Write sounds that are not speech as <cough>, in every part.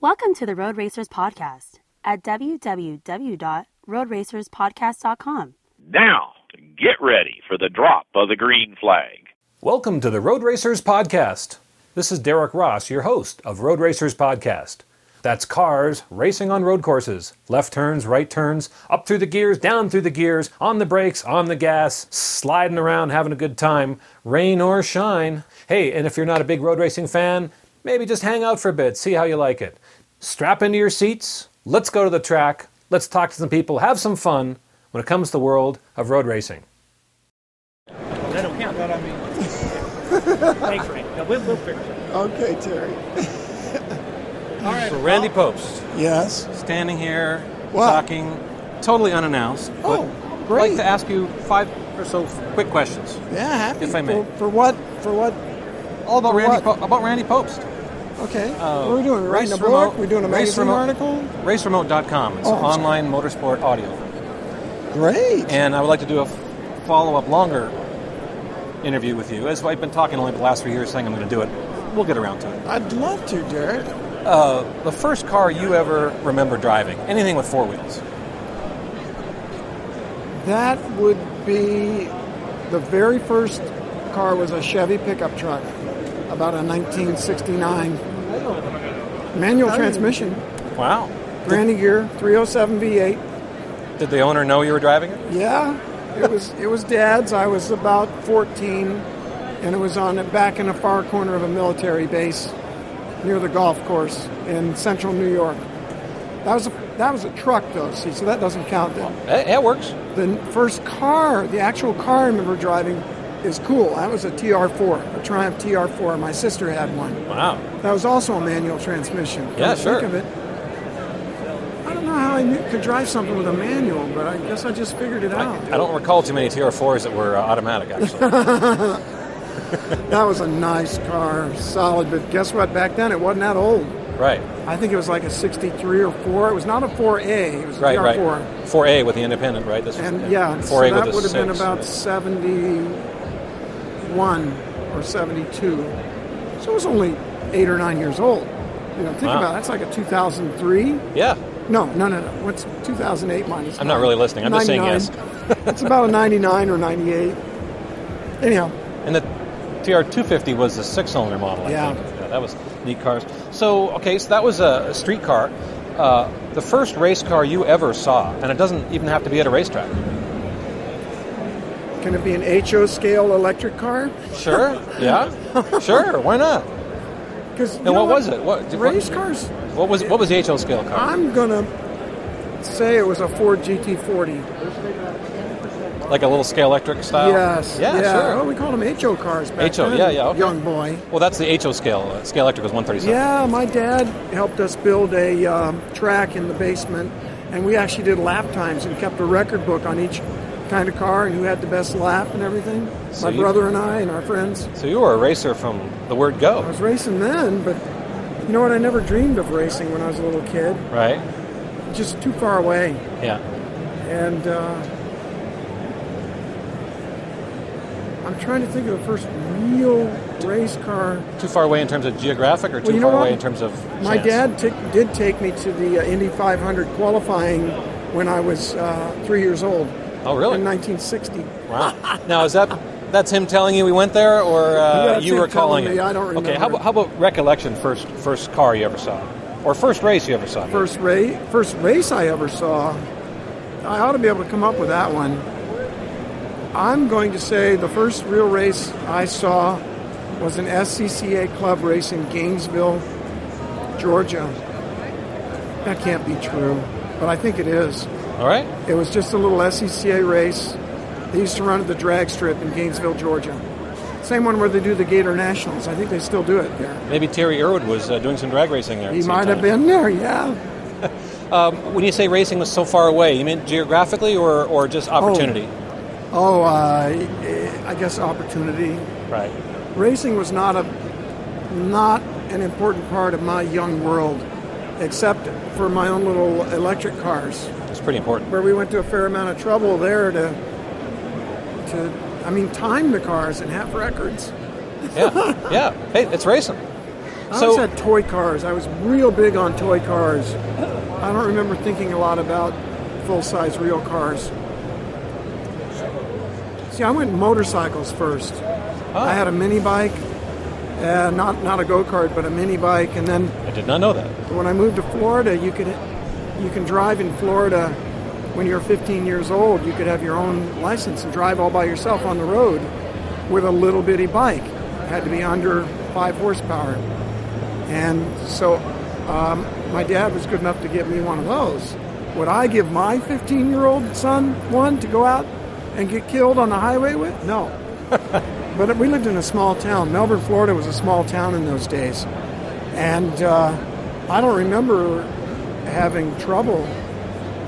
Welcome to the Road Racers Podcast at www.roadracerspodcast.com. Now, get ready for the drop of the green flag. Welcome to the Road Racers Podcast. This is Derek Ross, your host of Road Racers Podcast. That's cars racing on road courses, left turns, right turns, up through the gears, down through the gears, on the brakes, on the gas, sliding around, having a good time, rain or shine. Hey, and if you're not a big road racing fan, maybe just hang out for a bit, see how you like it. Strap into your seats, let's go to the track, let's talk to some people, have some fun when it comes to the world of road racing. That don't count. That I mean. Thanks, Ray. No, we'll, we'll figure it out. Okay, Terry. All right. So Randy Post, Yes. standing here, Wow. talking, totally unannounced. But Oh, I'd great. like to ask you five or so quick questions. Yeah, happy. If I may. For, for what? For what? All about For Randy. what? Po- about Randy Post. Okay. Uh, what are we doing? We're writing a race blog? remote- We're doing a race magazine remote- article? RaceRemote.com. It's Oh, an I'm sorry. online motorsport audio. Great. And I would like to do a follow-up, longer interview with you. As I've been talking only the last three years, saying I'm going to do it. We'll get around to it. I'd love to, Derek. Uh, the first car you ever remember driving? Anything with four wheels? That would be the very first car was a Chevy pickup truck, about a 1969 Oh. manual transmission, Wow. granny gear, 307 V8. Did the owner know you were driving it? Yeah, it was it was dad's. I was about 14, and it was on back in a far corner of a military base near the golf course in central New York. That was a, that was a truck though, see, so that doesn't count. Then. Eh, That works. The first car, the actual car I remember driving, is cool. That was a TR4, a Triumph TR4. My sister had one. Wow. That was also a manual transmission. Come Yeah, to sure. Think of it. I don't know how I knew, could drive something with a manual, but I guess I just figured it out. I don't recall too many TR4s that were uh, automatic, <laughs> actually. That was a nice car, solid. But guess what? Back then, it wasn't that old. right, I think it was like a '63 or four. It was not a 4A. It was a right, right. TR4. 4A with the independent, right? This was- And yeah, 4A so with that the would have been six. about 71 or 72. So it was only eight or nine years old. You know, think Wow. about it. That's like a 2003. Yeah, No, no, no, no. What's 2008 minus? I'm not nine? really listening. I'm just saying 99. it's about a 99 or 98. Anyhow, and the TR250 was the six-cylinder model. I Yeah. think. yeah, that was neat cars. So okay, so that was a, a street car. Uh, the first race car you ever saw, and it doesn't even have to be at a racetrack. can it be an HO scale electric car? Sure. <laughs> yeah. Sure. Why not? Because And what was it? What- did- what- race cars? What was what was the HO scale car? I'm gonna say it was a Ford GT40. Like a little scale electric style? Yes. Oh. Oh, Yeah, sure. Well, we called them HO cars back HO, then. yeah, yeah, okay. Young boy. Well, that's the HO scale. Uh, Scale electric was 137. Yeah, my dad helped us build a um, track in the basement, and we actually did lap times and kept a record book on each kind of car and who had the best lap and everything. So my you- brother and I and our friends. So you were a racer from the word I go, was racing then, but you know what? I never dreamed of racing when I was a little kid. right? Just too far away. Yeah. And uh, I'm trying to think of the first real race car. Too far away in terms of geographic, or too you know far away what? in terms of My chance? dad t- did take me to the uh, Indy 500 qualifying when I was uh, three years old Oh, really? in 1960. Wow. now is that that's him telling you we went there, or uh, Yeah, that's you him were calling telling me. it? I don't Okay. How, remember. about- how about recollection? First first car you ever saw, or first race you ever saw? First race, first race I ever saw. I ought to be able to come up with that one. I'm going to say the first real race I saw was an SCCA club race in Gainesville, Georgia. That can't be true, but I think it is. All right. It was just a little SCCA race. They used to run at the drag strip in Gainesville, Georgia. Same one where they do the Gator Nationals. I think they still do it there. Maybe Terry Irwood was uh, doing some drag racing there. at He some might time. have been there, yeah. Um, when you say racing was so far away, you mean geographically or, or just opportunity? Oh, uh, eh, I guess opportunity. Right. Racing was not a not an important part of my young world, except for my own little electric cars, It's pretty important. where we went to a fair amount of trouble there to to I mean time the cars and have records. <laughs> Yeah. yeah. Hey, it's racing. I So- always had toy cars. I was real big on toy cars. I don't remember thinking a lot about full size real cars. See, I went motorcycles first. I had a mini bike, uh, not not a go kart, but a mini bike, and then I did not know that. when I moved to Florida, you could you can drive in Florida when you're 15 years old. You could have your own license and drive all by yourself on the road with a little bitty bike. It had to be under five horsepower, and so um, my dad was good enough to get me one of those. Would I give my 15 year old son one to go out and get killed on the highway with? No. but we lived in a small town. Melbourne, Florida was a small town in those days. And uh, I don't remember having trouble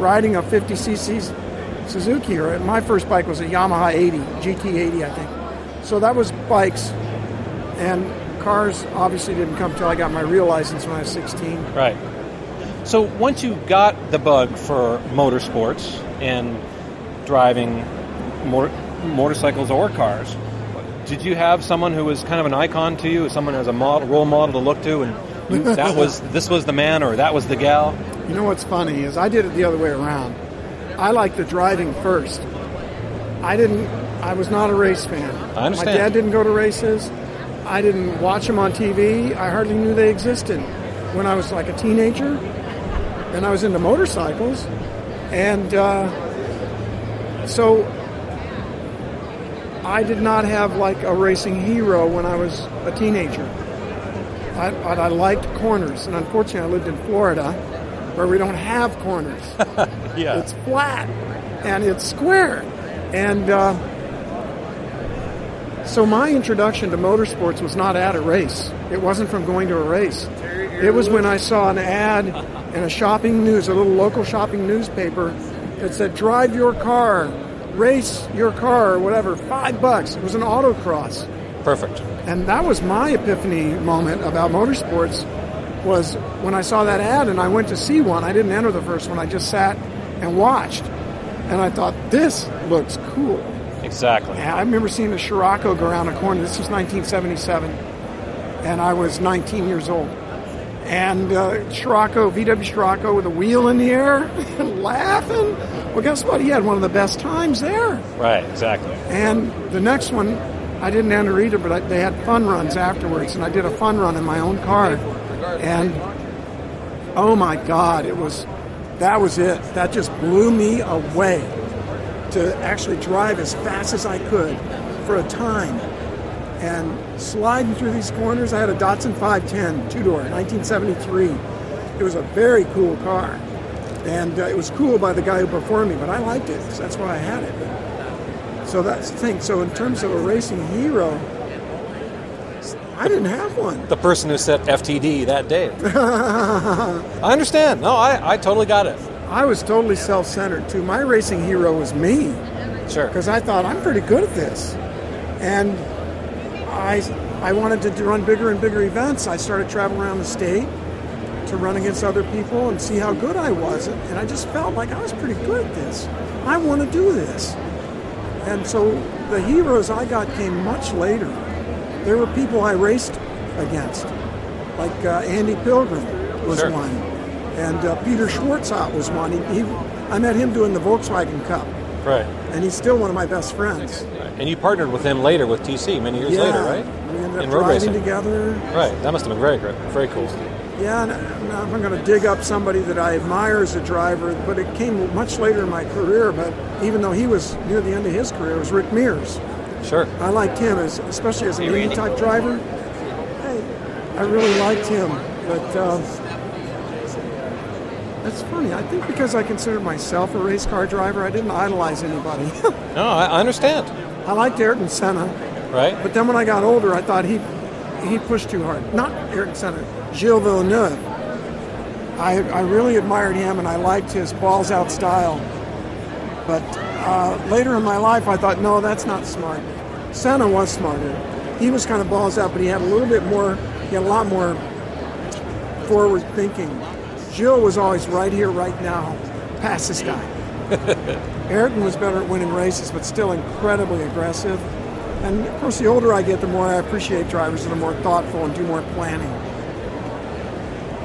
riding a 50cc Suzuki. Or my first bike was a Yamaha 80, GT80, I think. So that was bikes, and cars obviously didn't come till I got my real license when I was 16. Right. So once you got the bug for motorsports and driving motor, motorcycles or cars, did you have someone who was kind of an icon to you, someone as a model, role model to look to, and you, <laughs> that was this was the man or that was the gal? You know what's funny is I did it the other way around. I liked the driving first. I didn't. I was not a race fan. I understand. My dad didn't go to races. I didn't watch them on TV. I hardly knew they existed. When I was like a teenager, then I was into motorcycles, and uh, so I did not have like a racing hero when I was a teenager. I, I I liked corners, and unfortunately, I lived in Florida, where we don't have corners. Yeah. It's flat and it's square. And uh, so my introduction to motorsports was not at a race. It wasn't from going to a race. It was when I saw an ad in a shopping news, a little local shopping newspaper that said, drive your car, race your car, or whatever, five bucks. It was an autocross Perfect. and that was my epiphany moment about motorsports was when I saw that ad and I went to see one. I didn't enter the first one. I just sat and watched, and I thought this looks cool. Exactly. And I remember seeing a Scirocco go around a corner. This was 1977, and I was 19 years old. And uh, Scirocco, VW Scirocco, with a wheel in the air, <laughs> laughing. Well, guess what? He had one of the best times there. Right. Exactly. And the next one, I didn't enter either, but I, they had fun runs afterwards, and I did a fun run in my own car. And oh my God, it was that was it. That just blew me away to actually drive as fast as I could for a time. And sliding through these corners, I had a Datsun 510 two door, 1973. It was a very cool car. And uh, it was cool by the guy who performed me, but I liked it, so that's why I had it. So that's the thing. So in terms of a racing hero, I didn't have one. The person who said FTD that <laughs> day. I understand. No, I, I totally got it. I was totally self-centered too. My racing hero was me Sure. because I thought I'm pretty good at this, and I I wanted to do- run bigger and bigger events. I started traveling around the state to run against other people and see how good I was, and I just felt like I was pretty good at this. I want to do this, and so the heroes I got came much later. There were people I raced against, like uh, Andy Pilgrim was Sure. one, and uh, Peter Schwartzot was one. He, he, I met him doing the Volkswagen Cup Right. and he's still one of my best friends. And you partnered with him later with TC many years later, right? We ended up In road driving racing. together. Right. That must have been very great. Very cool. Yeah, and now if I'm going to dig up somebody that I admire as a driver, but it came much later in my career. But even though he was near the end of his career, it was Rick Mears. Sure. I liked him as, especially as an Randy. 80 type driver. I, I really liked him, but um, that's funny. I think because I considered myself a race car driver, I didn't idolize anybody. <laughs> No, I, I understand. I liked Ayrton Senna. Right. But then when I got older, I thought he he pushed too hard. Not Eric Center, Gilles Villeneuve. I, I really admired him and I liked his balls out style. But uh, later in my life, I thought, no, that's not smart. Senna was smarter. He was kind of balls out, but he had a little bit more, he had a lot more forward thinking. Gilles was always right here, right now, pass this guy. Ayrton was better at winning races, but still incredibly aggressive. And of course, the older I get, the more I appreciate drivers that are more thoughtful and do more planning.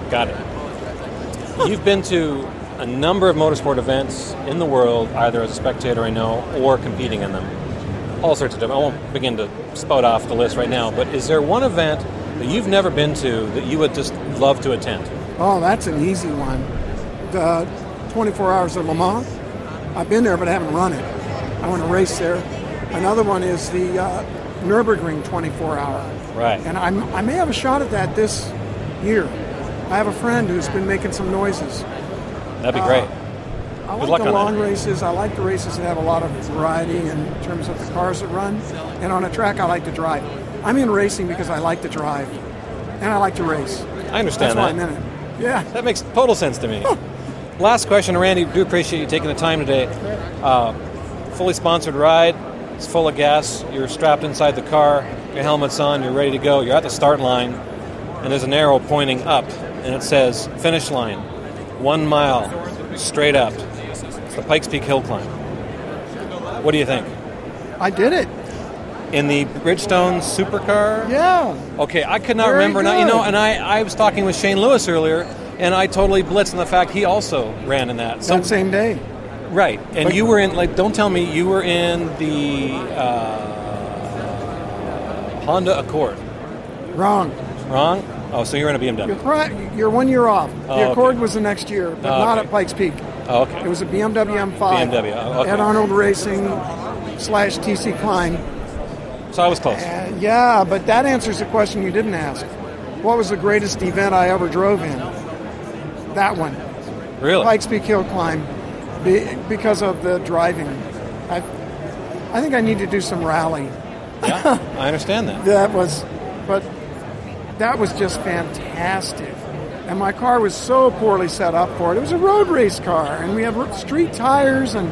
Got it. You've been to a number of motorsport events in the world, either as a spectator, I know, or competing in them. All sorts of different. I won't begin to spout off the list right now, but is there one event that you've never been to that you would just love to attend? Oh, that's an easy one. The 24 Hours of Le Mans. I've been there, but I haven't run it. I want to race there. Another one is the uh, Nürburgring 24 Hour. Right. And I'm, I may have a shot at that this year. I have a friend who's been making some noises. That'd be uh, great. I Good luck like the on that. long races. I like the races that have a lot of variety in terms of the cars that run. And on a track, I like to drive. I'm in racing because I like to drive, and I like to race. I That's understand why that. I'm in it. Yeah. That makes total sense to me. Last question, Randy. Do appreciate you taking the time today. Uh, fully sponsored ride. It's full of gas. You're strapped inside the car. Your helmet's on. You're ready to go. You're at the start line, and there's an arrow pointing up, and it says finish line, one mile, straight up. It's the Pikes Peak Hill climb. What do you think? I did it. In the Bridgestone supercar? Yeah. Okay, I could not Very remember. Now, you good. know, and I, I was talking with Shane Lewis earlier, and I totally blitzed on the fact he also ran in that. So that same day. right, and But- you were in like, don't tell me you were in the uh, Honda Accord, Wrong. wrong? Oh, so you're in a You're, BMW. pri- you're one year off. The Oh, okay. Accord was the next year, but Oh, not okay. at Pikes Peak. Oh, okay. It was a BMW M5. BMW, oh, okay. Ed Arnold Racing slash TC Klein. so I was close. Uh, yeah, but that answers the question you didn't ask. What was the greatest event I ever drove in? That one, Really? Pikes Peak Hill Climb, be, because of the driving. I, I think I need to do some rally. yeah, I understand that. That was, but that was just fantastic. And my car was so poorly set up for it. It was a road race car, and we had r- street tires, and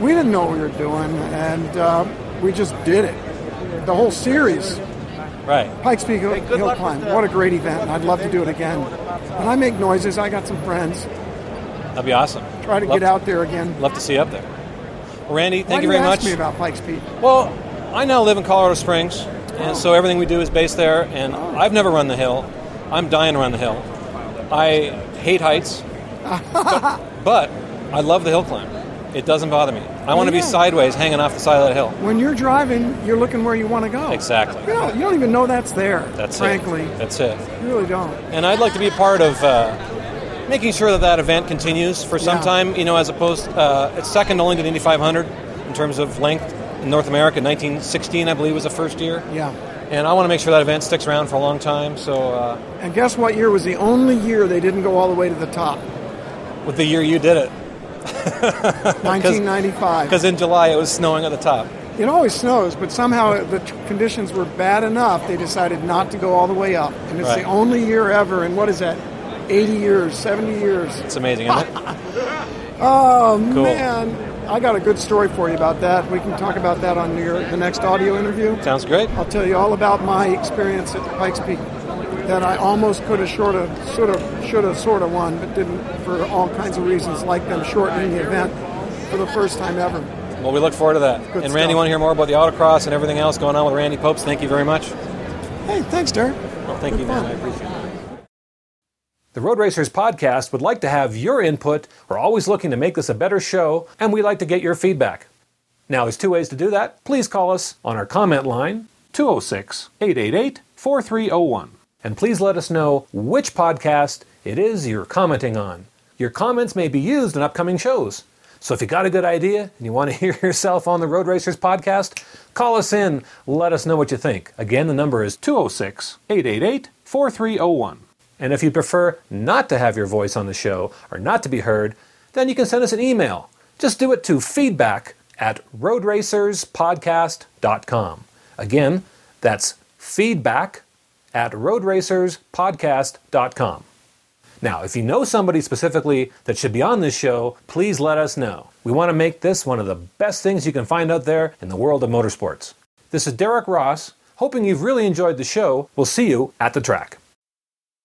we didn't know what we were doing, and uh, we just did it. The whole series, Right. Pikes Peak Hill, Hill Climb. What a great event! and I'd love to do it again. When I make noises, I got some friends. That'd be awesome. Try to love, get out there again. Love to see you up there. Well, Randy, Why thank you do very ask much. me about Pikes Peak? Well, I now live in Colorado Springs, and so everything we do is based there. And I've never run the hill. I'm dying to run the hill. I hate <laughs> heights, but, but I love the hill climb. It doesn't bother me. I want to be Oh, yeah. sideways, hanging off the side of that hill. When you're driving, you're looking where you want to go. Exactly. You don't, you don't even know that's there. That's frankly, it. That's it. you really don't. And I'd like to be a part of uh, making sure that that event continues for some Yeah. time. You know, as opposed, uh, it's second only to the Indy 500 in terms of length in North America. 1916, I believe, was the first year. Yeah. And I want to make sure that event sticks around for a long time. So, uh, And guess what year was the only year they didn't go all the way to the top? with the year you did it, 1995. because in July it was snowing at the top. It always snows, but somehow the t- conditions were bad enough they decided not to go all the way up. And it's Right. the only year ever in what is that? 80 years, 70 years. It's amazing, isn't it? Oh Cool. man, I got a good story for you about that. We can talk about that on your the next audio interview. Sounds great. I'll tell you all about my experience at Pikes Peak that I almost could have short of, sort of, should have, sort of won, but didn't for all kinds of reasons, like them shortening the event for the first time ever. Well, we look forward to that. Good and Randy, stuff. want to hear more about the autocross and everything else going on with Randy Popes? Thank you very much. Hey, thanks, Derek. Well, thank you, man. I appreciate it. The Road Racers podcast would like to have your input. We're always looking to make this a better show, and we like to get your feedback. Now, there's two ways to do that. Please call us on our comment line, 206 888 4301. And please let us know which podcast it is you're commenting on. Your comments may be used in upcoming shows. So if you got a good idea and you want to <laughs> hear yourself on the Road Racers podcast, call us in. Let us know what you think. Again, the number is 206 888 4301. And if you prefer not to have your voice on the show or not to be heard, then you can send us an email. Just do it to feedback at roadracerspodcast.com. Again, that's feedback at roadracerspodcast.com. Now, if you know somebody specifically that should be on this show, please let us know. We want to make this one of the best things you can find out there in the world of motorsports. This is Derek Ross, hoping you've really enjoyed the show. We'll see you at the track.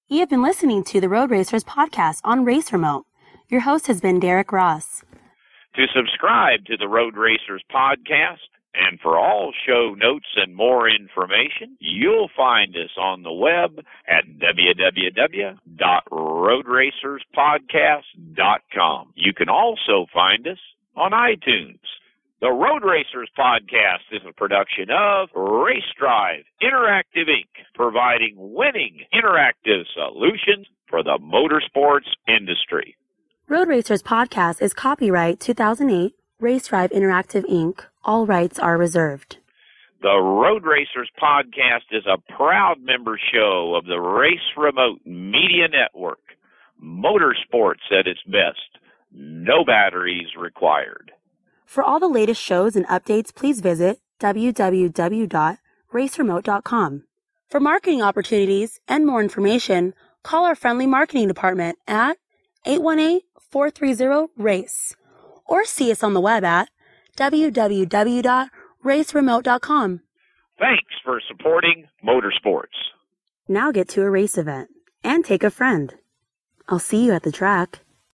You have been listening to the Road Racers podcast on Race Remote. Your host has been Derek Ross. To subscribe to the Road Racers podcast, And for all show notes and more information, you'll find us on the web at www.roadracerspodcast.com. You can also find us on iTunes. The Road Racers Podcast is a production of Race Drive Interactive Inc., providing winning interactive solutions for the motorsports industry. Road Racers Podcast is copyright 2008 Race Drive Interactive Inc. All rights are reserved. The Road Racers Podcast is a proud member show of the Race Remote Media Network. Motorsports at its best. No batteries required. For all the latest shows and updates, please visit www.raceremote.com. For marketing opportunities and more information, call our friendly marketing department at 818-430-RACE or see us on the web at www.raceremote.com. Thanks for supporting motorsports. Now get to a race event and take a friend. I'll see you at the track.